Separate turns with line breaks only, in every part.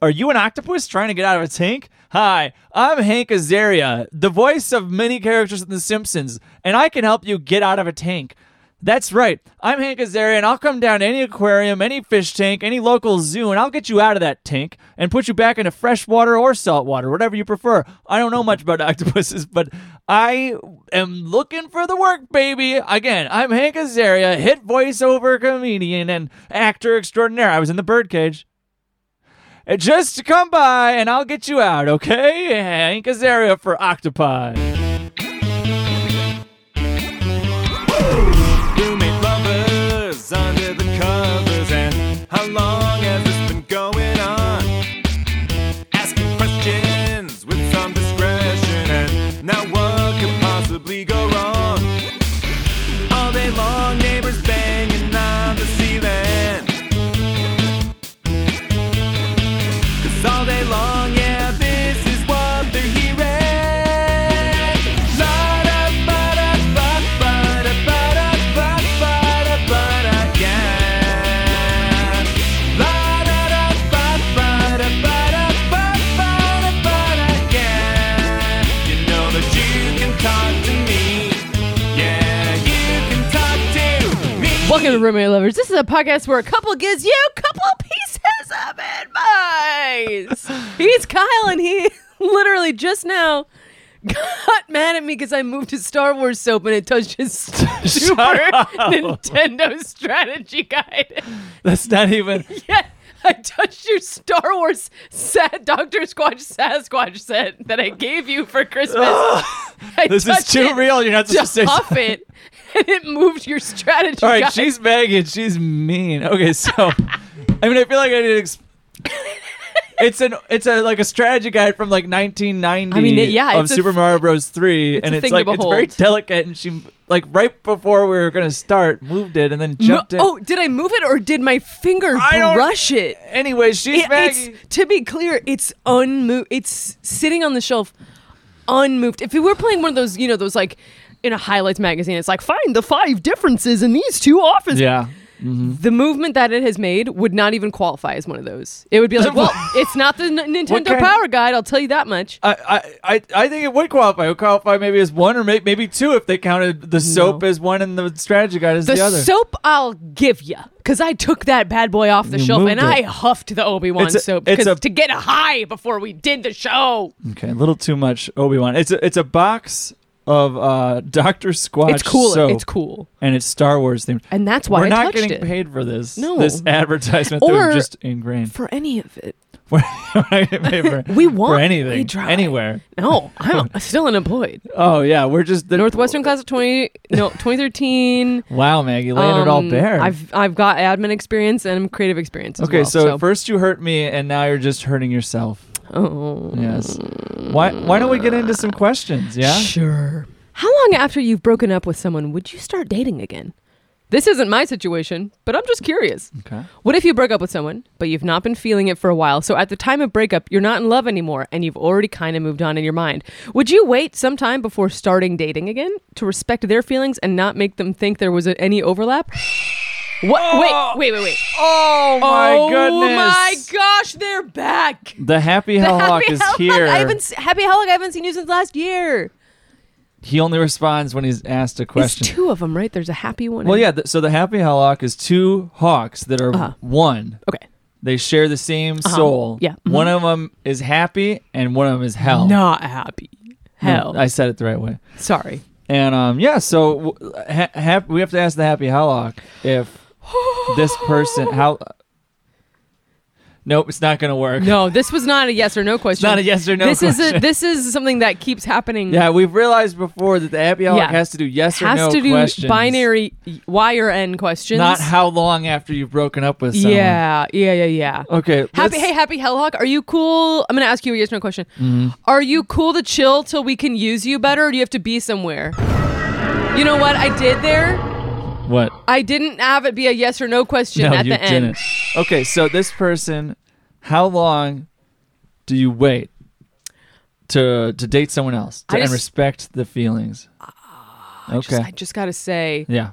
Are you an octopus trying to get out of a tank? Hi, I'm Hank Azaria, the voice of many characters in The Simpsons, and I can help you get out of a tank. That's right. I'm Hank Azaria, and I'll come down to any aquarium, any fish tank, any local zoo, and I'll get you out of that tank and put you back into fresh water or salt water, whatever you prefer. I don't know much about octopuses, but I am looking for the work, baby. Again, I'm Hank Azaria, hit voiceover comedian and actor extraordinaire. I was in the birdcage. Uh, Just come by and I'll get you out, okay? Hank Azaria for Octopi.
Roommate lovers under the covers, and how long has this been going on? Asking questions with some discretion, and now what could possibly go wrong? All day long, neighbors banging on the ceiling. 'Cause all day long, yeah, this is what they're hearing. Ba-da-ba-da-ba-ba-da-ba-da-ba-da-ba-da, yeah. Ba-da-da-ba-ba-da-ba-da-ba-da-ba-da, yeah. You know that you can talk to me. Yeah, you can talk to me.
Welcome to Roommate Lovers. This is a podcast where a couple gives you a couple pieces of advice. He's Kyle, and he literally just now got mad at me because I moved his Star Wars soap and it touched his Super
up.
Nintendo strategy guide.
That's not even.
Yeah, I touched your Star Wars set, Doctor Squatch Sasquatch set that I gave you for Christmas. I
This is
touched
too
it
real. You're not
To
supposed to say.
huff it, and it moved your strategy.
All right,
guide.
she's begging. She's mean. Okay, so I mean, I feel like I did. Exp- it's an it's a like a strategy guide from like 1990.
I mean, it- yeah,
of
it's a
Super
th-
Mario Bros. Three, and
a
it's
thing to
like it's very
behold.
delicate. And she like right before we were gonna start, moved it and then jumped
Mo-
it.
Oh, did I move it or did my finger
I don't-
brush it?
anyway, she's
It-
begging.
it's to be clear, it's unmoved. It's sitting on the shelf, unmoved. If we were playing one of those, you know, those like in a highlights magazine, it's like find the five differences in these two offers.
Yeah.
The movement that it has made would not even qualify as one of those. It would be like, well, it's not the N-
What
Nintendo
kind-
Power Guide. I'll tell you that much.
I, I, I- I think it would qualify. It would qualify maybe as one or may, maybe two if they counted the soap as one and the strategy guide as the,
The,
other.
soap I'll give you because I took that bad boy off the
You
shelf
moved
and
it.
I huffed the Obi Wan
It's a-
soap
it's
'cause-
a-
to get a high before we did the show.
Okay, a little too much Obi Wan. It's a, it's a box of uh, Doctor Squatch.
it's cool.
soap,
It's cool,
and it's Star Wars themed.
and that's why
We're
I
not
touched
getting
it
paid for this.
No.
this advertisement that
Or-
we've just ingrained.
for any of it.
We're not getting paid for,
We want-
for
we
anything,
try.
anywhere.
No, I'm still unemployed.
Oh yeah, we're just the
Northwestern class of twenty no twenty thirteen. um,
Wow, Maggie, laying it all bare.
I've I've got admin experience and creative experience. as
okay,
well,
so, first you hurt me, and now you're just hurting yourself.
oh,
Yes. Why Why don't we get into some questions? Yeah.
Sure. How long after you've broken up with someone would you start dating again? This isn't my situation, but I'm just curious.
Okay.
What if you broke up with someone, but you've not been feeling it for a while? So at the time of breakup, you're not in love anymore and you've already kind of moved on in your mind. Would you wait some time before starting dating again to respect their feelings and not make them think there was a, any overlap? What? Wait, wait, wait, wait.
Oh my
oh
goodness!
my gosh, they're back.
The happy hell hawk
Happy
is
Hell Hawk,
here.
I haven't, se- Happy Hell Hawk, I haven't seen you since last year.
He only responds when he's asked a question.
There's two of them, right? There's a happy one.
well,
and-
yeah. Th- so the happy hawk is two hawks that are
Uh-huh.
one.
Okay.
They share the same soul.
Yeah. Mhm.
One of them is happy, and one of them is hell. Mm,
Not happy. Hell.
Oh. I said it the right way.
Sorry.
And um, yeah. So w- ha- hap- we have to ask the happy hawk if this person how. Nope, it's not gonna work.
No, this was not a yes or no question.
not a yes or no
This is a,
question.
this is something that keeps happening.
Yeah, we've realized before that the happy hour
Yeah.
has to do yes or
has
no
to do
questions,
binary y- Y or N questions.
not how long after you've broken up with someone.
Yeah, yeah, yeah, yeah.
Okay.
Happy,
let's-
hey, happy Hellhawk. Are you cool? I'm gonna ask you a yes or no question.
Mm-hmm.
Are you cool to chill till we can use you better, or do you have to be somewhere? You know what I did there?
What?
I didn't have it be a yes or no question
No,
at
you
the
didn't.
end.
Okay, so this person, how long do you wait to to date someone else to,
I
and
just- Ah,
respect the feelings? okay.
Just- I just gotta say,
yeah.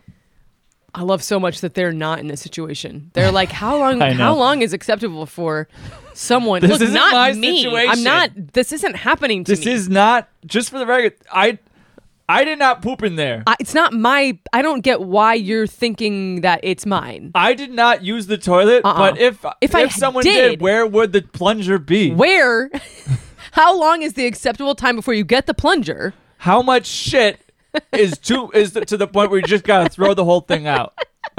I love so much that they're not in a situation. They're like, how long?
I know.
how long is acceptable for someone?
This
Look,
isn't
not
my
me. I'm
situation.
not. This isn't happening to
This
me.
is not just for the record. I I did not poop in there.
I, it's not my. I don't get why you're thinking that it's mine.
I did not use the toilet,
Uh-uh.
but if
If
if,
I
someone
did-
did, where would the plunger be?
Where? how long is the acceptable time before you get the plunger?
How much shit is too is to the point where you just gotta throw the whole thing out?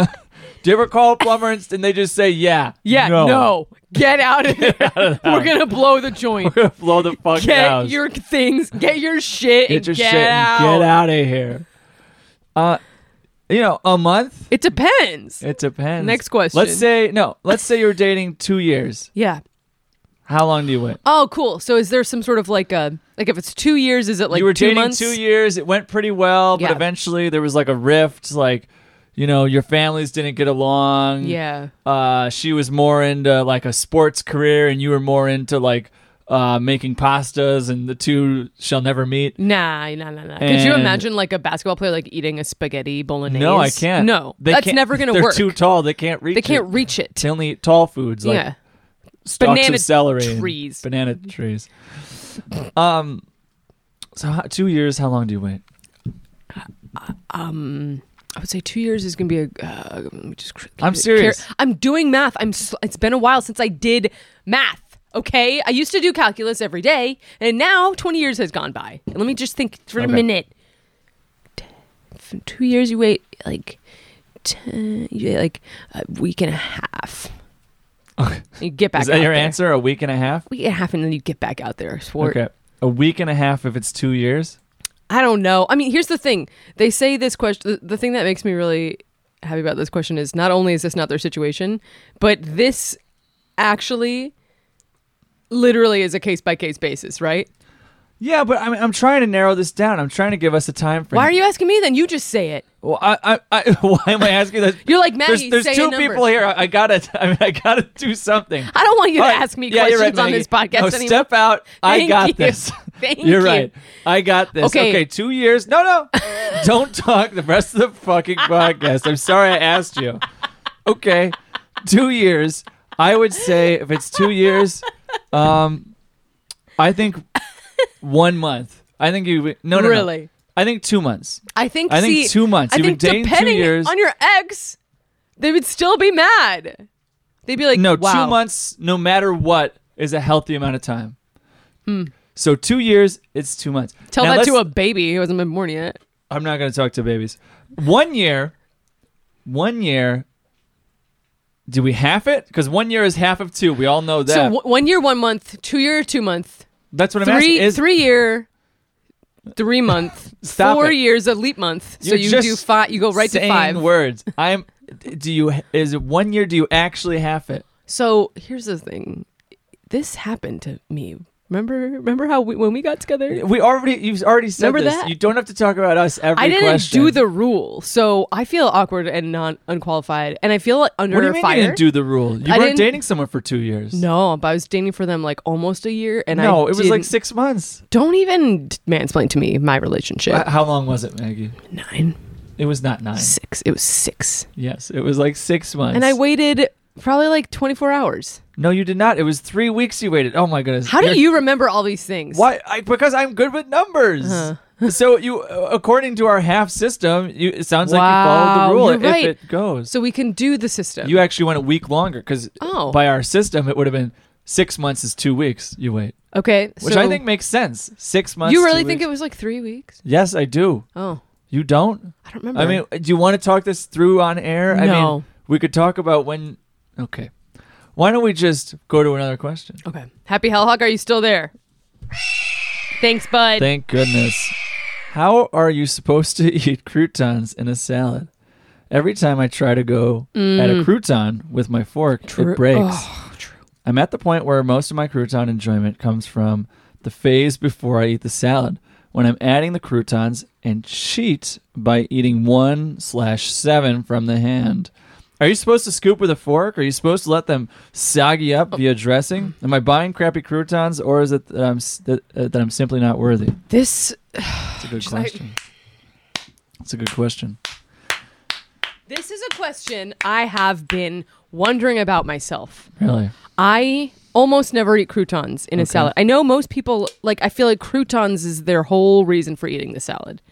Do you ever call a plumber and and they just say yeah?
Yeah, no.
no.
Get out of there. We're gonna blow the joint.
Blow the fuck
Get
house.
your things. Get your shit. and
get your
get
shit
out.
and get out of here. Uh, you know, a month.
It depends.
It depends.
Next question.
Let's say no. Let's say you're dating two years.
yeah.
How long do you wait?
Oh, cool. So is there some sort of like a like if it's two years, is it like
you were
two
dating
months?
two years. It went pretty well, but
Yeah.
eventually there was like a rift. Like, you know, your families didn't get along.
Yeah.
Uh, she was more into like a sports career, and you were more into like uh, making pastas, and the two shall never meet.
Nah, nah, nah, nah. Could you
And-
imagine like a basketball player like eating a spaghetti bolognese?
No, I can't.
No,
They
that's
can't-
never gonna
they're
work.
Too tall. They can't reach.
they can't
It.
reach it.
They only eat tall foods like
yeah.
stalks
Banana
of celery, and
trees.
banana trees. Um, so how, two years. How long do you wait?
Um, I would say two years is gonna be a. Uh, let me just. cr-
I'm
care-
serious.
I'm doing math. I'm. s it's been a while since I did math. Okay, I used to do calculus every day, and now 20 years has gone by. And let me just think for a
Okay.
minute. T- for two years, you wait like, ten, you wait like a week and a half.
Okay.
You get back.
Is that
out
your
there.
answer? A week and a half.
Week and a half, and then you get back out there. Swart.
Okay. A week and a half if it's two years.
I don't know. I mean, here's the thing. They say this question. The, the thing that makes me really happy about this question is not only is this not their situation, but this actually literally is a case by case basis, right?
Yeah, but I'm, I'm trying to narrow this down. I'm trying to give us a time frame.
Why are you asking me then? You just say it.
Well, I, I, I, why am I asking that?
You're like,
There's,
Maggie,
there's
say a
two
number.
people here. I, I gotta. I mean, I gotta do something.
I don't want you to
All right.
ask me
Yeah, you're
questions
right,
on
Maggie.
this podcast
No,
anymore.
step out. I
Thank
got
you.
this.
Thank
you're
you.
right. I got this.
Okay.
Okay. two years. No, no. don't talk the rest of the fucking podcast. I'm sorry I asked you. Okay, two years. I would say if it's two years, um, I think one month. I think you. No, no, no.
Really?
I think two months.
I think.
I think
see,
two months.
I
You've been
think
dating two
depending
years.
on your ex, they would still be mad. They'd be like,
No,
wow.
two months, no matter what, is a healthy amount of time. So two years, it's two months.
Hmm. Tell
Now
that
let's-
to a baby who hasn't been born yet.
I'm not going to talk to babies. One year, one year. Do we half it? Because one year is half of two. We all know that.
So w- one year, one month, two year, two month,
That's what I'm
three,
asking. Is
three year, three month,
Stop
four
it.
years, a leap month. So
You're
you
just
do five, you go right to
saying
five.
words. I'm. Do you? Is it one year? Do you actually half it?
So here's the thing, this happened to me. Remember, remember how we, when we got together,
We already. You've already said
Remember
this.
that?
You don't have to talk about us every
I didn't
question.
do the rule, so I feel awkward and non unqualified, and I feel like under
What do you mean
fire.
you didn't do the rule? You
I
weren't
didn't-
dating someone for two years.
no, but I was dating for them like almost a year, and
no,
I
it was like
didn't-
six months.
Don't even mansplain to me my relationship.
Uh, How long was it, Maggie?
Nine,
It was not nine.
six. It was six.
Yes, it was like six months.
And I waited probably like 24 hours.
No, you did not. It was three weeks you waited. Oh my goodness.
How
You're-
do you remember all these things?
Why? I, because I'm good with numbers.
Uh-huh.
so you, uh, according to our half system, you it sounds like
Wow,
you followed
you're
the rule
right.
if it goes.
So we can do the system.
you actually went a week longer because
Oh.
by our system it would have been six months is two weeks. You wait,
okay.
which
so
I think makes sense. Six months.
You really think it was like three weeks?
Yes, I do.
Oh,
You don't.
I don't remember.
I mean, do you want to talk this through on air? I
No.
mean, we could talk about when. Okay. Why don't we just go to another question?
okay. Happy Hellhawk, are you still there? Thanks, bud.
Thank goodness. How are you supposed to eat croutons in a salad? Every time I try to go at a crouton with my fork,
Mm. True.
it breaks.
Oh, true.
I'm at the point where most of my crouton enjoyment comes from the phase before I eat the salad, when I'm adding the croutons and cheat by eating one slash seven from the hand. Are you supposed to scoop with a fork? Are you supposed to let them soggy up via dressing? Am I buying crappy croutons, or is it that I'm s- that, uh, that I'm simply not worthy?
This
It's a good
like-
question. It's a good question.
This is a question I have been wondering about myself.
Really?
I almost never eat croutons in a salad. I know most people like I feel like croutons is their whole reason for eating the salad.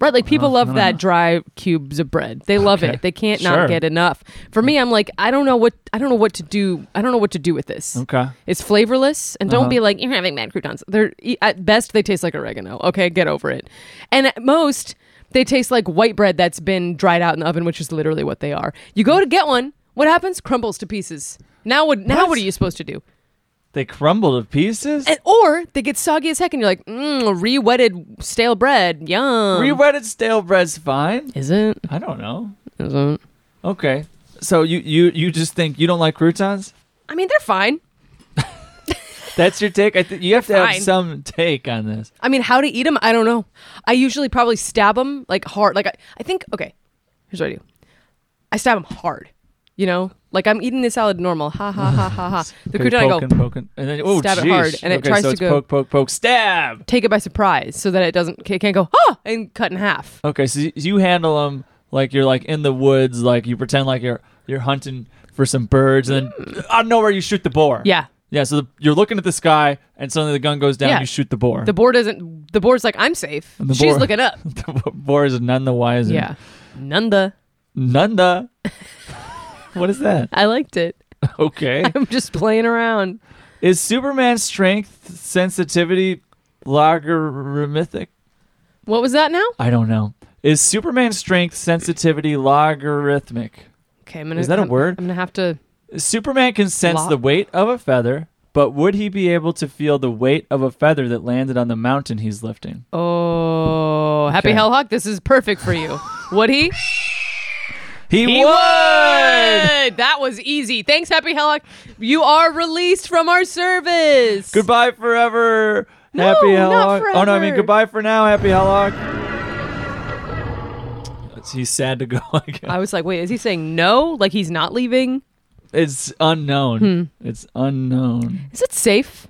Right? Like
Uh,
people love that dry cubes of bread. They love
Okay.
it. They can't
Sure.
not get enough. For me, I'm like, I don't know what I don't know what to do. I don't know what to do with this.
Okay.
It's flavorless, and don't be like you're having mad croutons. They're e- at best they taste like oregano. Okay, get over it. And at most they taste like white bread that's been dried out in the oven, which is literally what they are. You go to get one, what happens? Crumbles to pieces. Now what? Now
What?
what are you supposed to do?
They crumble to pieces.
And, or they get soggy as heck, and you're like, mm, re-wetted stale bread. Yum.
Rewetted stale bread's fine.
is it?
I don't know.
Is it?
Okay. So you you you just think you don't like croutons?
I mean, they're fine.
That's your take. I think you have to have
Fine.
some take on this.
I mean, how to eat them? I don't know. I usually probably stab them like hard. Like I, I think okay, here's what I do. I stab them hard. You know, like I'm eating the salad normal. Ha ha ha ha ha. The
Okay,
crouton I go
poking, poking, and then oh,
Stab it
jeez.
hard, and it
okay,
tries
so
to
it's
go-
poke, poke, poke, stab.
take it by surprise so that it doesn't it can't go ah and cut in half.
Okay, so you- you handle them like you're like in the woods, like you pretend like you're you're hunting for some birds, and then out of nowhere you shoot the boar.
Yeah.
yeah. So the, you're looking at the sky, and suddenly the gun goes down.
Yeah.
You shoot the boar.
The board doesn't. The board's like I'm safe.
And the
She's
boar-
looking up.
the boar is none the wiser.
Yeah. None the.
Nanda. what is that?
I liked it.
Okay.
I'm just playing around.
is Superman's strength sensitivity logarithmic?
What was that now?
I don't know. Is Superman's strength sensitivity logarithmic?
Okay, I'm gonna.
Is that a
I'm-
word?
I'm gonna have to.
Superman can sense
Lo-
the weight of a feather, but would he be able to feel the weight of a feather that landed on the mountain he's lifting?
Oh, happy
Okay.
hell hawk! This is perfect for you. Would he?
He,
He
would!
would. That was easy. Thanks, Happy Hellock. You are released from our service.
Goodbye forever.
No,
Happy
not
Hellock. Oh no, I mean
forever.
goodbye for now. Happy Hellock. He's sad to go. I guess.
I was like, wait, is he saying no? Like he's not leaving?
It's unknown.
Hmm.
It's unknown.
Is it safe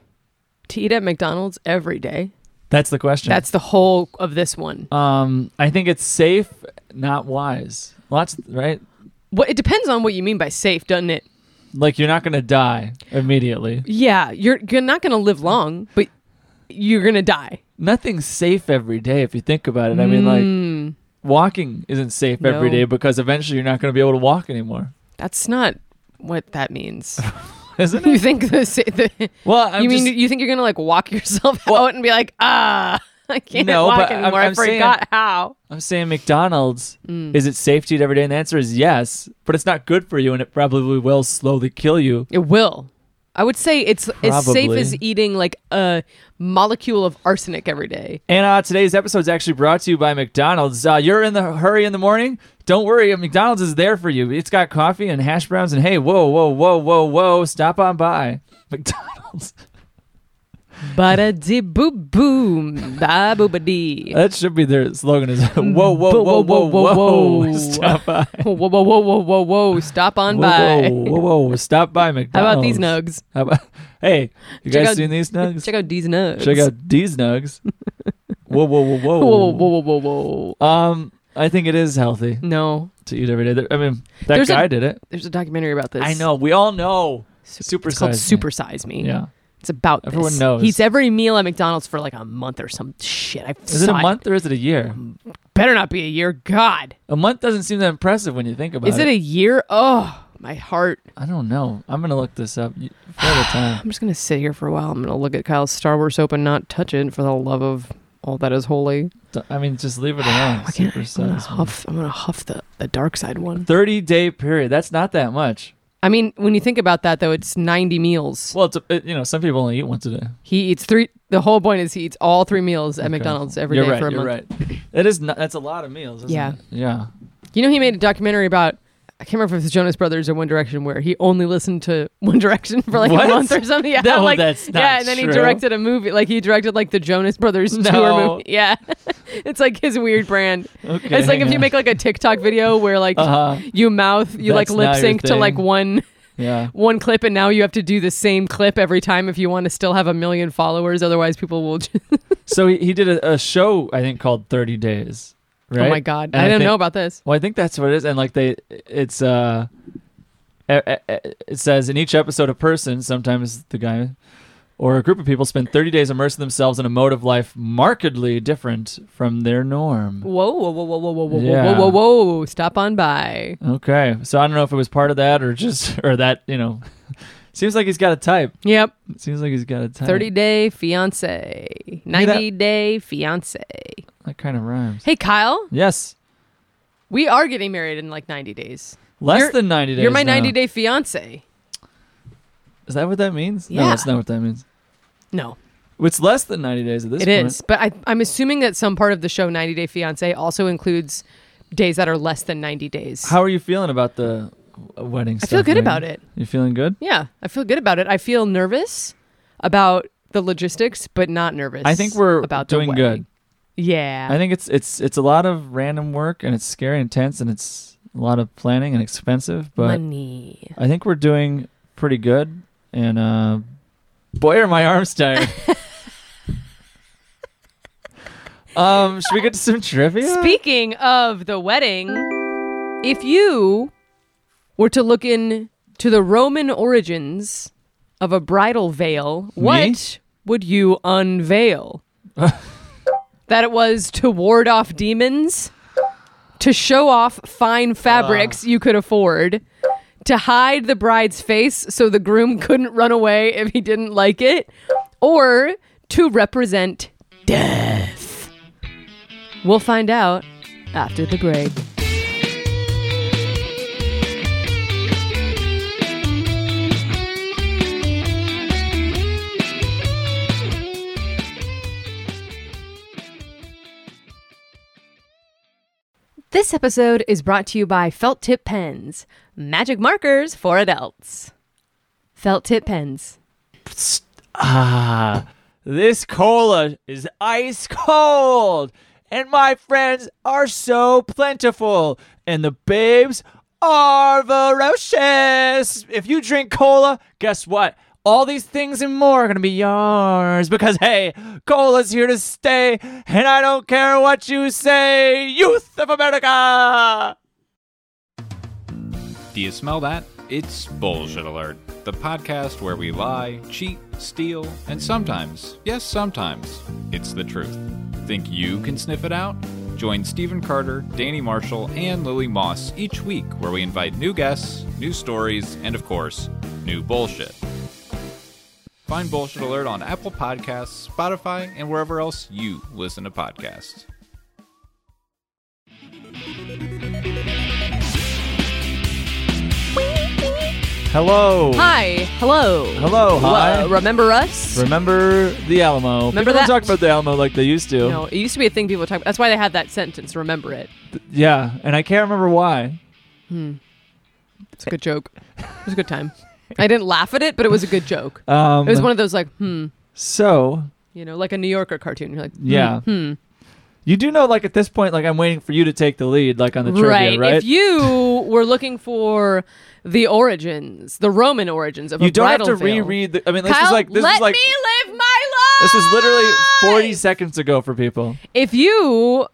to eat at McDonald's every day?
That's the question.
That's the whole of this one.
um. I think it's safe, not wise. Lots, right?
What it depends on what you mean by safe, doesn't it?
Like you're not gonna die immediately.
Yeah, you're you're not gonna live long, but you're gonna die.
nothing's safe every day if you think about it. I mean, like walking isn't safe every
Hmm. No.
day because eventually you're not going to be able to walk anymore,
That's not what that means.
isn't
you
it?
think the, sa- the
Well, I'm
you mean
just-
you think you're gonna like walk yourself
Well-
out and be like, ah, I can't
No,
walk
but I'm-
anymore. i
I'm saying-
forgot how.
I'm saying McDonald's.
Mm.
Is it safe to eat every day? And the answer is yes, but it's not good for you, and it probably will slowly kill you.
It will. I would say it's as safe
Probably.
as eating like a molecule of arsenic every day.
And uh, today's episode is actually brought to you by McDonald's. Uh, you're in the hurry in the morning. Don't worry, McDonald's is there for you. It's got coffee and hash browns, and hey, whoa, whoa, whoa, whoa, whoa, stop on by McDonald's.
Bada di boo boom, ba booba dee.
That should be their slogan. Is whoa, whoa, whoa, whoa, whoa, whoa, stop by,
Whoa, whoa, whoa, whoa, whoa, whoa! Stop on
whoa,
by.
whoa, whoa, whoa, stop by
How
McDonald's.
about these nugs?
How about, hey, you
Check
guys
out-
seen these nugs?
Check out these nugs.
Check out these nugs. whoa, whoa, whoa, whoa,
Whoa, whoa, whoa, whoa, whoa!
Um, I think it is healthy
No,
to eat every day. There- I mean, that
There's a-
guy did it.
there's a documentary about this.
I know. We all know.
It's called
Supersize Me.
Supersize Me.
Yeah.
It's about this.
Everyone knows.
He's every meal at McDonald's for like a month or some shit. I
Is it a month or is it a year?
Better not be a year. God,
A month doesn't seem that impressive when you think about
is it a year? Oh, my heart.
I don't know. I'm gonna look this up You- for the time.
I'm just gonna sit here for a while. I'm gonna look at Kyle's Star Wars soap and not touch it for the love of all that is holy.
I mean, just leave it alone.
Why can't I, I'm gonna
Supersize Me.
huff. I'm gonna huff the the dark side one.
30 day period. That's not that much.
I mean, when you think about that though, it's 90 meals.
Well, it's a, it, you know, some people only eat once a day.
He eats three. The whole point is he eats all three meals at McDonald's every day
you're right,
for a
you're
month.
right. That is not, that's a lot of meals. Isn't
Yeah.
It? Yeah.
You know, he made a documentary about. I can't remember if it's Jonas Brothers or One Direction, where he only listened to One Direction for like
What?
a month or something. Yeah,
No,
like,
that's not
yeah, and then
true.
he directed a movie. Like he directed like the Jonas Brothers
No.
tour movie. Yeah, it's like his weird brand.
Okay,
it's like if
hang
you
on.
make like a TikTok video where like
Uh-huh.
you mouth, you like
That's not
lip
your
sync to
thing.
like one
Yeah.
one clip, and now you have to do the same clip every time if you want to still have a million followers. Otherwise, people will. Just,
So he, he did a, a show, I think, called 30 Days. Right?
Oh my god,
And
I didn't
think-
know about this.
Well, I think that's what it is, and like they, it's uh, e- e- it says in each episode, a person, sometimes the guy, or a group of people, spend 30 days immersing themselves in a mode of life markedly different from their norm.
Whoa, whoa, whoa, whoa, whoa, whoa, whoa,
Yeah.
whoa, whoa, whoa! Stop on by.
Okay, so I don't know if it was part of that or just or that you know, seems like he's got a type.
Yep,
It seems like he's got a type.
thirty day fiance, ninety day fiance.
That kind of rhymes.
Hey Kyle,
Yes,
we are getting married in like ninety days.
less
You're-
than 90 days.
You're my
now.
ninety day fiance.
Is that what that means? No,
Yeah.
that's not what that means.
No,
It's less than 90 days at this
it
point.
is. But I, I'm assuming that some part of the show ninety day fiance also includes days that are less than ninety days.
How are you feeling about the w- wedding
I
stuff?
feel good
Megan?
about it.
You feeling good?
Yeah, I feel good about it. I feel nervous about the logistics, but not nervous.
I think we're
about the
doing
wedding.
good.
Yeah.
I think it's it's it's a lot of random work and it's scary and tense and it's a lot of planning and expensive, but
Money.
I think we're doing pretty good. And uh, boy, are my arms tired. um, should we get to some trivia?
Speaking of the wedding, if you were to look into the Roman origins of a bridal veil, what would you unveil? that it was to ward off demons, to show off fine fabrics you could afford, to hide the bride's face so the groom couldn't run away if he didn't like it, or to represent death. We'll find out after the break. This episode is brought to you by Felt Tip Pens, magic markers for adults. Felt Tip Pens.
Ah, this cola is ice cold, and my friends are so plentiful, and the babes are ferocious. If you drink cola, guess what? All these things and more are gonna be yours because hey, cola's here to stay, and I don't care what you say, youth of America.
Do you smell that? It's Bullshit Alert, the podcast where we lie, cheat, steal, and sometimes, yes, sometimes, it's the truth. Think you can sniff it out? Join Stephen Carter, Danny Marshall, and Lily Moss each week where we invite new guests, new stories, and of course, new bullshit. Find Bullshit Alert on Apple Podcasts, Spotify, and wherever else you listen to podcasts.
Hello.
Hi. Hello.
Hello, hi.
Wha- remember us?
Remember the Alamo.
Remember
People don't
that?
talk about the Alamo like they used to.
no, it used to be a thing people would talk about. That's why they had that sentence, remember it.
Yeah, and I can't remember why.
It's a good joke. It was a good time. I didn't laugh at it, but it was a good joke.
Um,
It was one of those like, hmm,
so
you know, like a New Yorker cartoon. You're like, hmm,
yeah.
hmm.
You do know, like at this point, like I'm waiting for you to take the lead, like on the
hmm, right.
trivia, right?
If you were looking for the origins, the Roman origins of
You
a
don't have
bridal
to
veil-
reread. The, I mean, this
Kyle,
was like this
let
was like
me live my life.
this was literally 40 seconds ago for people.
If you,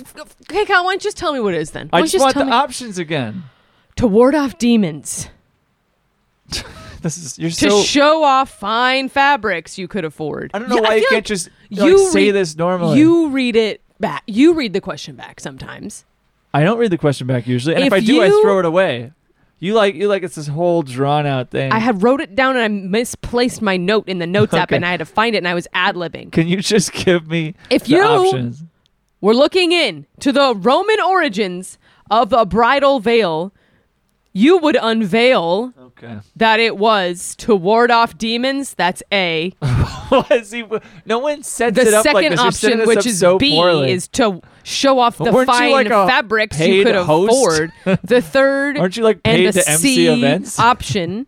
okay, Kyle, why don't you just tell me what it is then? Why
I
don't
just,
you
want
tell
the
me
options again.
to ward off demons,
This is you're
to
so.
show off fine fabrics you could afford.
I don't know
Yeah,
why you
feel
can't
like
just like,
you
say
read-
this normally.
You read it back. You read the question back sometimes.
I don't read the question back usually, and if,
If
I do, I
you-
throw it away. You like you like it's this whole drawn out thing.
I had wrote it down and I misplaced my note in the notes app,
Okay.
and I had to find it, and I was ad libbing.
Can you just give me
If
the
you-
options?
We're looking in to the Roman origins of a bridal veil. You would unveil
Okay.
that it was to ward off demons. That's A.
Was he, no one sets
The
it up
second
like this. You're setting
option,
this
which
up
is
so
B,
poorly.
is to show off the
Weren't you
fine
like a
fabrics
paid
you could
host?
afford. The third
Aren't you like paid
and the
to MC
C
events?
option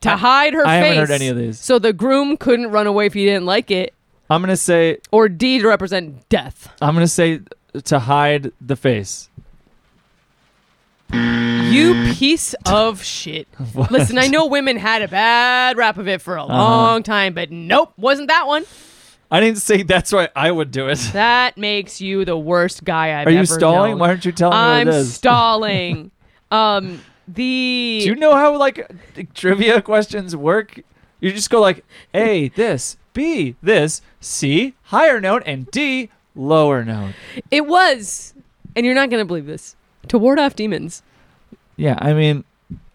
to hide her
I
face.
haven't heard any of these.
So the groom couldn't run away if he didn't like it.
I'm gonna say
Or D to represent death.
I'm gonna say to hide the face.
You
Mm.
piece of shit. Listen,
Uh-huh.
I know women had a bad rap of it for a long time, but nope, wasn't that one.
I didn't say that's why I would do it.
That makes you the worst guy I've
Are you
ever
stalling?
known.
Why aren't you telling
I'm
me what it is?
stalling. um, the
Do you know how like trivia questions work? You just go like A this, B this, C higher note, and D lower note.
it was, and you're not gonna believe this, to ward off demons.
Yeah, I mean,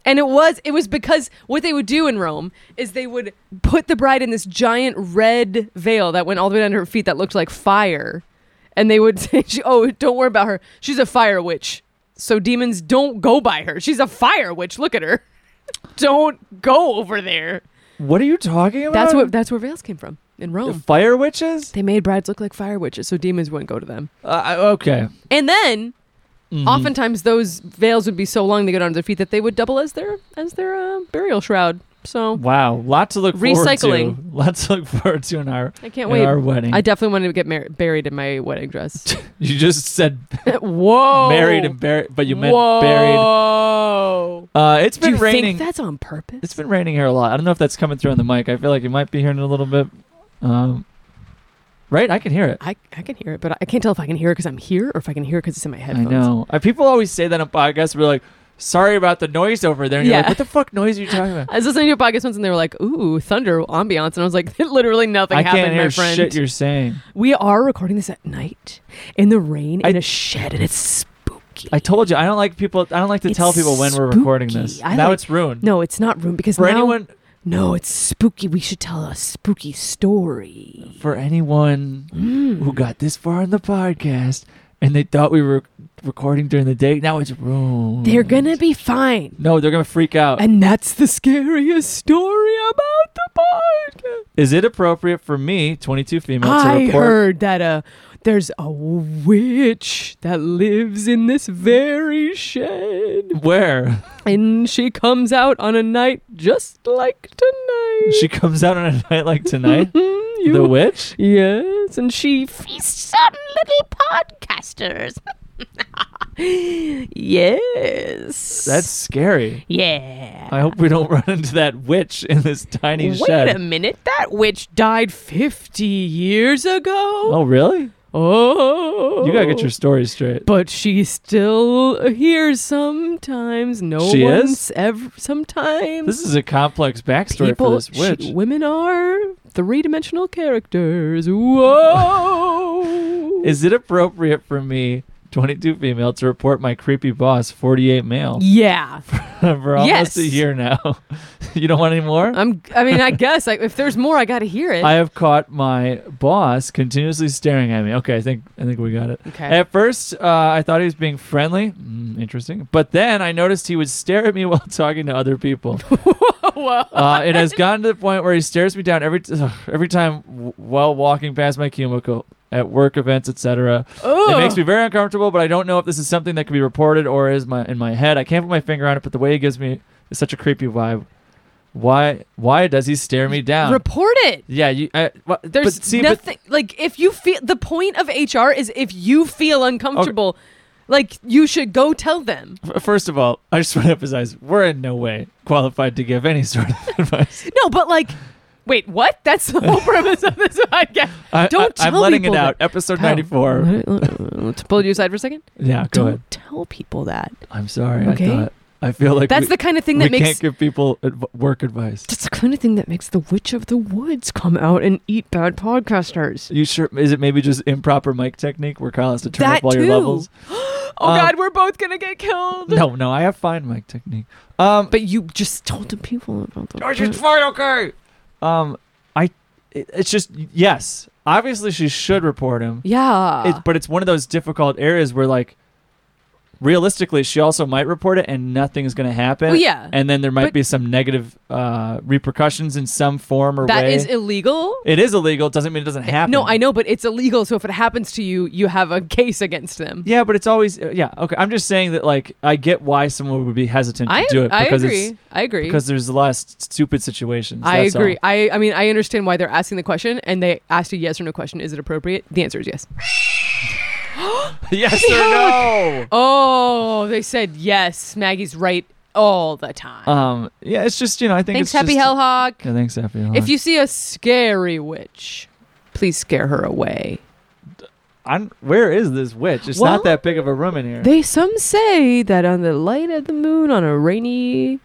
And it was it was because what they would do in Rome is they would put the bride in this giant red veil that went all the way down to her feet that looked like fire, and they would say, she- "Oh, don't worry about her. She's a fire witch. So demons don't go by her. She's a fire witch. Look at her. don't go over there."
what are you talking about?
That's what that's where veils came from in Rome.
fire witches.
They made brides look like fire witches, so demons wouldn't go to them.
Uh, I- okay,
And then,
Mm-hmm.
oftentimes those veils would be so long they go down to their feet that they would double as their as their uh, burial shroud. So
wow, lot to look
Recycling.
forward to. Lot to look forward to in our
I can't
in
wait.
our wedding.
I definitely wanted to get mar- buried in my wedding dress.
you just said
Whoa!
married and buried, but you meant buried.
Whoa!
Uh, it's
Do
been
you
raining.
think that's on purpose?
it's been raining here a lot. I don't know if that's coming through on the mic. I feel like you might be hearing it a little bit. Um, right, I can hear it.
I, I can hear it, but I can't tell if I can hear it because I'm here or if I can hear it because it's in my
I
headphones.
know. Uh, people always say that on podcasts. We're like, sorry about the noise over there. And you're
Yeah.
like, what the fuck noise are you talking about?
I was listening to a podcast once and they were like, "Ooh, thunder ambiance," and I was like, "Literally nothing
I
happened,
can't hear
my friend."
shit you're saying.
We are recording this at night in the rain
I-
in a shed, and it's spooky.
I told you, I don't like people. I don't like to
It's
tell people when we're recording this.
spooky. I
now
like-
it's ruined.
no, it's not room because
for
now,
anyone,
No, it's spooky. We should tell a spooky story. Mm.
for anyone who got this far in the podcast and they thought we were recording during the day, now it's ruined.
They're gonna be fine,
No, they're gonna freak out.
and that's the scariest story about the podcast.
Is it appropriate for me, 22 female, to
I
report?
heard that uh, there's a witch that lives in this very shed,
Where
and she comes out on a night just like tonight.
she comes out on a night like tonight,
Mm, you
the witch.
Yes, and she feasts on little podcasters. yes.
That's scary.
yeah.
I hope we don't run into that witch in this tiny
Wait
shed.
a minute, that witch died 50 years ago.
Oh, really?
Oh.
You gotta get your story straight.
But she's still here sometimes. No
She is?
one's ever sometimes.
This is a complex backstory for
people
this witch.
she- women are three-dimensional characters. Whoa.
Is it appropriate for me, 22 female, to report my creepy boss, 48 male,
yeah.
for almost
Yes.
a year now? you don't want any more?
I'm. I mean, I guess like, if there's more, I got to hear it.
I have caught my boss continuously staring at me. Okay, I think I think we got it.
Okay.
At first, uh, I thought he was being friendly. Mm, interesting. But then I noticed he would stare at me while talking to other people.
Oh,
Uh, it has gotten to the point where he stares me down every t- ugh, every time w- while walking past my cubicle at work events, etc. It makes me very uncomfortable, but I don't know if this is something that could be reported or is my in my head. I can't put my finger on it, but the way he gives me is such a creepy vibe. Why why does he stare me down?
report it.
Yeah, you. I, well,
There's
but see, but
nothing like if you feel the point of HR is if you feel uncomfortable, like you should go tell them.
f- first of all, I just want to emphasize we're in no way qualified to give any sort of advice.
No, but like, wait, what? That's the whole premise of this podcast.
I,
Don't
I, I'm
tell
letting
people
it out.
that-
Episode
Kyle,
ninety four.
let- let- Let's pull you aside for a second.
Yeah, go
Don't
ahead.
tell people that.
I'm sorry.
Okay.
I thought I feel like
That's
we,
the kind of thing
we
that
can't
makes.
give people adv- work advice.
That's the kind of thing that makes the witch of the woods come out and eat bad podcasters.
You sure? Is it maybe just improper mic technique where Kyle has to turn
That
up all
too.
your levels?
Oh
Um,
God, we're both gonna get killed.
No, no, I have fine mic technique. Um,
But you just told the people about the.
George, it's fine, okay. Um, I, it, it's just yes. Obviously, she should report him.
yeah.
It's but it's one of those difficult areas where like realistically she also might report it and nothing's going to happen
Well, yeah.
and then there might
But-
be some negative uh, repercussions in some form or
That
way
is illegal.
it is illegal doesn't mean it doesn't happen
No, I know, but it's illegal. So if it happens to you, you have a case against them.
yeah but it's always uh, yeah okay i'm just saying that like i get why someone would be hesitant to
I,
do it
I
because
agree.
it's
I agree.
because there's a lot of st- stupid situations
I
that's
agree.
all.
I, I mean, I understand why they're asking the question, and they asked a yes or no question. Is it appropriate? The answer is yes.
yes or
Oh, they said yes. Maggie's right all the time.
no um yeah it's just you know i think
Thanks,
it's
Happy
just,
Hellhawk.
yeah, thanks happy Hellhawk.
If you see a scary witch, Please scare her away.
I'm, where is this witch? It's
Well,
not that big of a room in here.
They some say that on the light of the moon on a rainy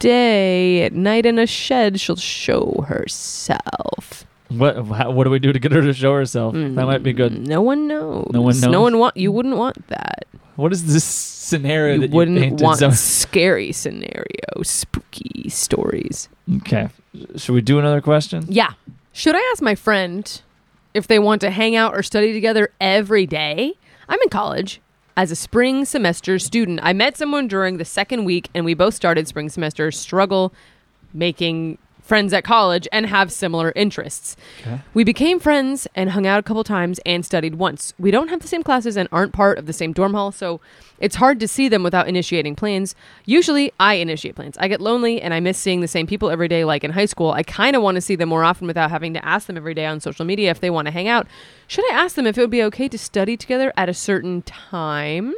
day at night in a shed she'll show herself. Hmm.
what how, What do we do to get her to show herself? That might be good.
No one knows.
No one knows?
No one want you wouldn't want that.
What is this scenario
you
that
wouldn't
you painted?
want
So-
scary scenario, spooky stories.
okay, should we do another question?
Yeah. Should I ask my friend if they want to hang out or study together every day? I'm in college as a spring semester student. I met someone during the second week, and we both started spring semester struggle making friends at college and have similar interests.
Okay.
We became friends and hung out a couple times and studied once. We don't have the same classes and aren't part of the same dorm hall, so it's hard to see them without initiating plans. Usually, I initiate plans. I get lonely and I miss seeing the same people every day, like in high school. I kind of want to see them more often without having to ask them every day on social media if they want to hang out. Should I ask them if it would be okay to study together at a certain time?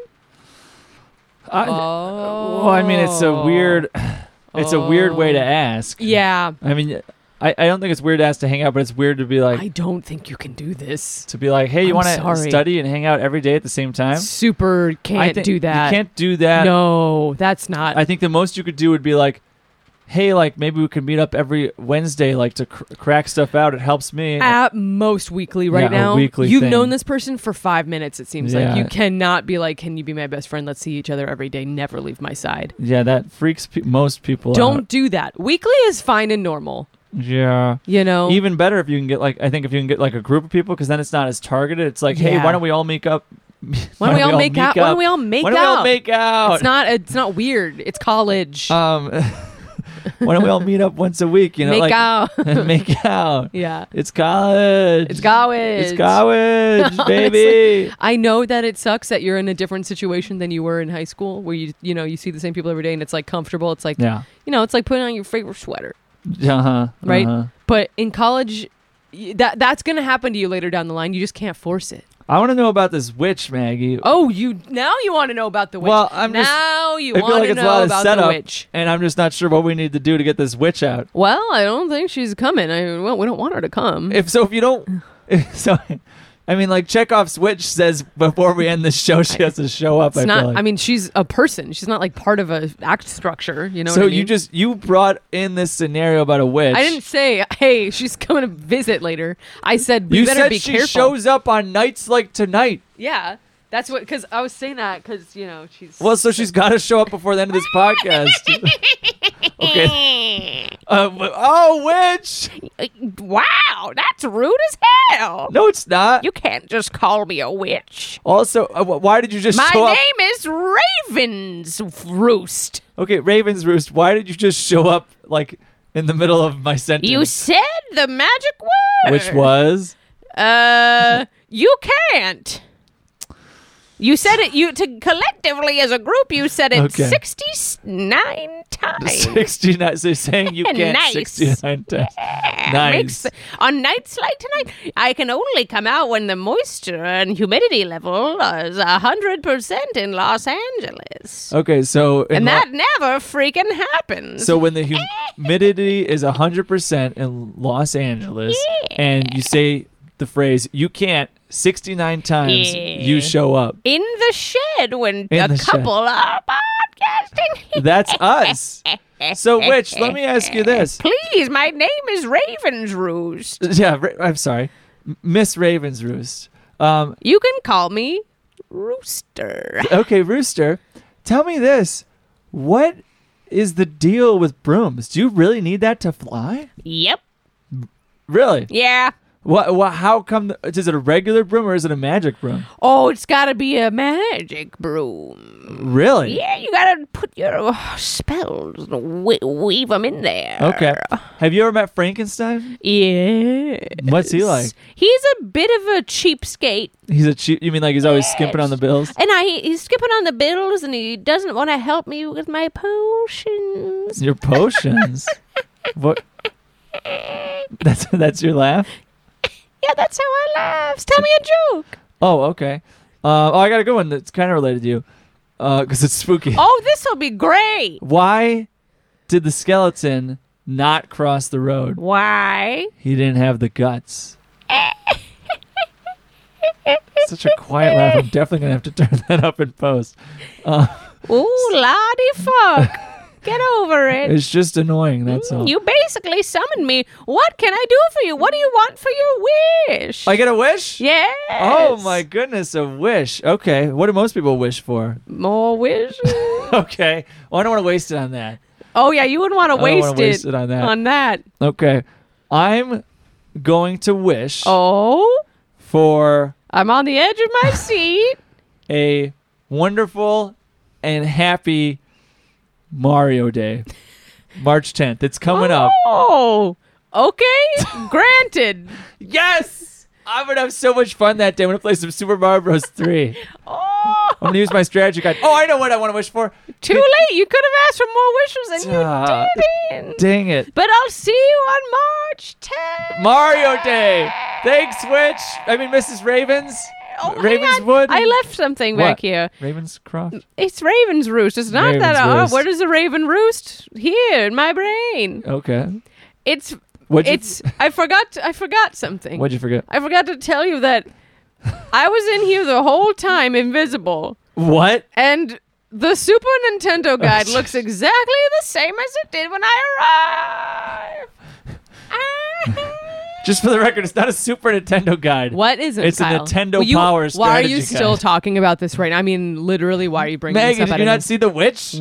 I, well, I mean, it's a weird, it's a weird way to ask.
Oh. Yeah.
I mean, I, I don't think it's weird to ask to hang out, but it's weird to be like
I don't think you can do this.
to be like, hey, you
I'm
want to
sorry.
study and hang out every day at the same time?
Super
I
can't
think-
do that.
You can't do that.
no, that's not.
I think the most you could do would be like, hey, like maybe we could meet up every Wednesday, like to cr- crack stuff out. It helps me.
at most weekly right
Yeah, a
now.
weekly
You've
thing.
known this person for five minutes, it seems like.
Yeah.
You cannot be like, Can you be my best friend? Let's see each other every day. Never leave my side.
yeah, that freaks pe- most people.
Don't
out.
do that. Weekly is fine and normal,
Yeah.
you know?
Even better if you can get like I think if you can get like a group of people because then it's not as targeted. It's like, hey,
Yeah.
why don't we all make up? Why
why don't we all make out? Why don't we all make
Why don't we
out?
all make out?
it's not it's not weird. It's college.
Um, why don't we all meet up once a week? You know,
make
like
out.
and make out.
yeah.
It's college.
It's college.
It's college, baby.
I know that it sucks that you're in a different situation than you were in high school where you you know, you see the same people every day and it's like comfortable. It's like
Yeah.
you know, it's like putting on your favorite sweater.
Uh huh.
Right? But in college, y- that that's gonna happen to you later down the line. You just can't force it.
I want to know about this witch, Maggie.
Oh, you now you want to know about the witch.
Well, I'm just-
now you
I feel
want
like
to
it's a
know
lot of
about
setup,
the witch.
and I'm just not sure what we need to do to get this witch out.
Well, I don't think she's coming. I well, we don't want her to come.
If so, if you don't, if so, I mean, like Chekhov's witch says before we end this show, she has to show up. I feel
it's not.
like.
I mean, she's a person. She's not like part of a act structure. You know.
so
what I mean?
you just you brought in this scenario about a witch.
I didn't say, hey, she's coming to visit later. I said, we
You
better
said
be
she
careful.
shows up on nights like tonight.
yeah, that's what. Because I was saying that because you know she's.
Well, so she's got to show up before the end of this podcast. okay. Uh, w- oh, witch!
Wow, that's rude as hell.
No, it's not.
You can't just call me a witch.
also, uh, wh- why did you just
My
show up?
name is Raven's Roost.
Okay, Raven's Roost, why did you just show up like in the middle of my sentence?
You said the magic word.
which was
Uh, you can't. You said it. You to collectively as a group. You said it
Okay.
sixty-nine times.
69. So you're saying you can't
Nice.
69 times.
Makes-
Nice.
on nights like tonight, I can only come out when the moisture and humidity level is hundred percent in Los Angeles,
Okay, so in
and
Lo-
that never freaking happens.
so when the humidity is 100% in Los Angeles and you say the phrase you can't 69 times, you
Yeah.
show up.
in the shed when
In
a
the shed.
couple are podcasting.
That's us. So, Witch, let me ask you this.
Please, my name is Raven's Roost.
Yeah, Ra- I'm sorry. M- Miss Raven's Roost. Um,
You can call me Rooster.
okay, Rooster, tell me this. What is the deal with brooms? Do you really need that to fly?
Yep.
Really?
Yeah.
What, what, how come? The, is it a regular broom or is it a magic broom?
Oh, it's got to be a magic broom.
Really?
Yeah, you got to put your uh, spells, and we- weave them in there.
Okay. Have you ever met Frankenstein?
Yeah.
What's he like?
He's a bit of a cheapskate,
He's a cheap. You mean like he's always skimping on the bills?
and I he's skipping on the bills, and he doesn't want to help me with my potions.
Your potions. what? That's that's your laugh.
Yeah, that's how I laugh. Tell me a joke.
Oh, okay. Uh, oh, I got a good one that's kind of related to you, because it's spooky.
Oh, this will be great.
Why did the skeleton not cross the road?
Why?
He didn't have the guts. Such a quiet laugh. I'm definitely gonna have to turn that up in post.
Ooh, lottie fuck. Get over it.
It's just annoying. That's all.
You basically summoned me. What can I do for you? What do you want for your wish?
I get a wish.
yes.
Oh my goodness, a wish. Okay, what do most people wish for?
More wishes.
Okay, well I don't want to waste it on that.
oh yeah, you wouldn't want to
don't wanna
waste,
waste it on that.
On that.
Okay, I'm going to wish
Oh,
for
I'm on the edge of my seat.
a wonderful and happy Mario Day, March 10th. It's coming up.
Oh, okay. Granted.
Yes, I'm gonna have so much fun that day. I'm gonna play some Super Mario Bros. 3.
Oh,
I'm gonna use my strategy guide. Oh, I know what I want to wish for.
too late. You could have asked for more wishes and
Ah,
you didn't.
Dang it.
But I'll see you on March 10th.
Mario Day. Thanks, Switch. I mean, Mrs. Ravens.
Oh, hang on.
Ravenswood.
I left something
What?
back here.
Ravenscroft.
It's Raven's Roost. It's not that.
Raven's
Uh,
Roost.
where does the Raven Roost? Here in my brain.
Okay.
It's.
What'd you-
it's. I forgot. I forgot something.
What'd you forget?
I forgot to tell you that I was in here the whole time, invisible,
What?
and the Super
Oh,
Nintendo guide looks exactly the same as it did when I arrived.
Just for the record, it's not a Super Nintendo guide.
What is it?
It's a
Kyle?
Nintendo
Will you-
Power
Why are
strategy
you still
guide.
talking about this right now? I mean, literally, why are you bringing
Megan,
this up?
did you not
I don't
see the witch?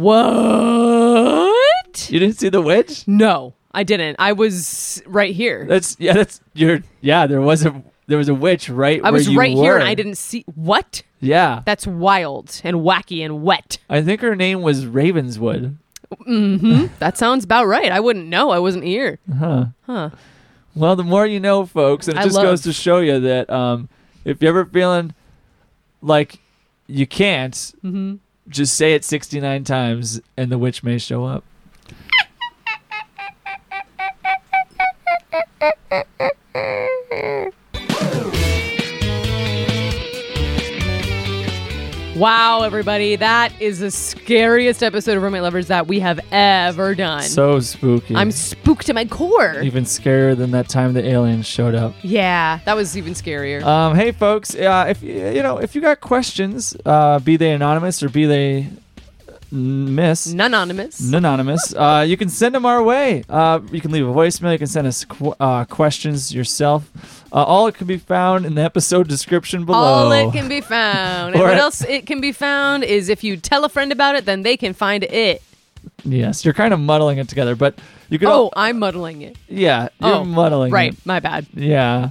know. What?
You didn't see the witch?
No, I didn't. I was right here.
That's yeah. That's your yeah. There was a there was a witch right
I
where
was
you
right here, and
were.
I didn't see what.
Yeah,
That's wild and wacky and wet.
I think her name was Ravenswood.
Hmm? That sounds about right. I wouldn't know. I wasn't here.
Well, the more you know, folks, and it
I
just
love-
goes to show you that um, if you're ever feeling like you can't,
Mm-hmm.
just say it 69 times, and the witch may show up.
Wow, everybody, that is the scariest episode of Roommate Lovers that we have ever done.
So spooky.
I'm spooked to my core.
even scarier than that time the aliens showed up.
Yeah, that was even scarier.
Um, hey, folks, uh, if you you know if you got questions, uh, be they anonymous or be they miss,
Nononymous.
anonymous. Uh, you can send them our way. Uh, you can leave a voicemail. You can send us qu- uh, questions yourself. Uh, all it can be found in the episode description below.
All it can be found. and
Or-
what else it can be found is if you tell a friend about it, then they can find it.
yes, you're kind of muddling it together, but you could.
Oh,
al-
I'm muddling it.
yeah, you're
oh,
muddling.
Right,
it.
my bad.
Yeah.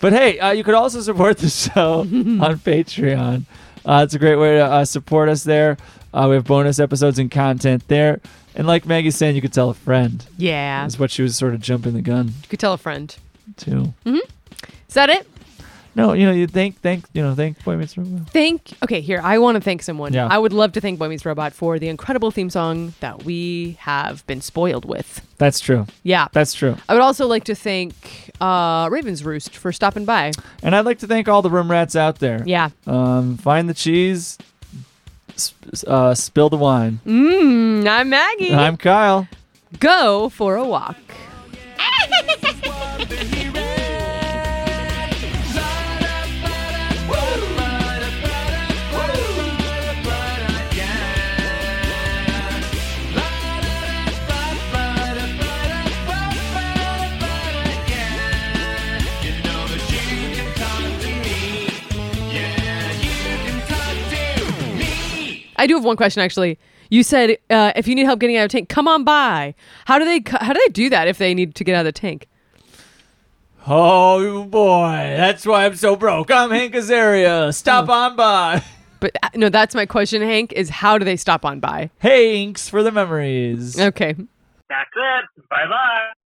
But hey, uh, you could also support the show on Patreon. Uh, it's a great way to uh, support us there. Uh, we have bonus episodes and content there. And like Maggie's saying, you could tell a friend.
Yeah,
That's what she was sort of jumping the gun
you could tell a friend.
to.
Is that it?
No, you know, you thank, thank, you know, thank Boy Meets World.
Thank. Okay, here I want to thank someone.
Yeah.
I would love to thank Boy Meets Robot for the incredible theme song that we have been spoiled with.
That's true.
Yeah.
That's true.
I would also like to thank uh, Raven's Roost for stopping by.
And I'd like to thank all the room rats out there.
Yeah.
Um, find the cheese, sp- uh, spill the wine.
Mmm. I'm Maggie.
I'm Kyle.
Go for a walk. I do have one question actually. You said uh, if you need help getting out of the tank, come on by. How do they cu- how do they do that if they need to get out of the tank?
Oh boy, that's why I'm so broke. I'm Hank Azaria. Stop on by.
But uh, no, that's my question, Hank. Is how do they stop on by?
Hanks for the memories.
Okay.
That's it. Bye bye.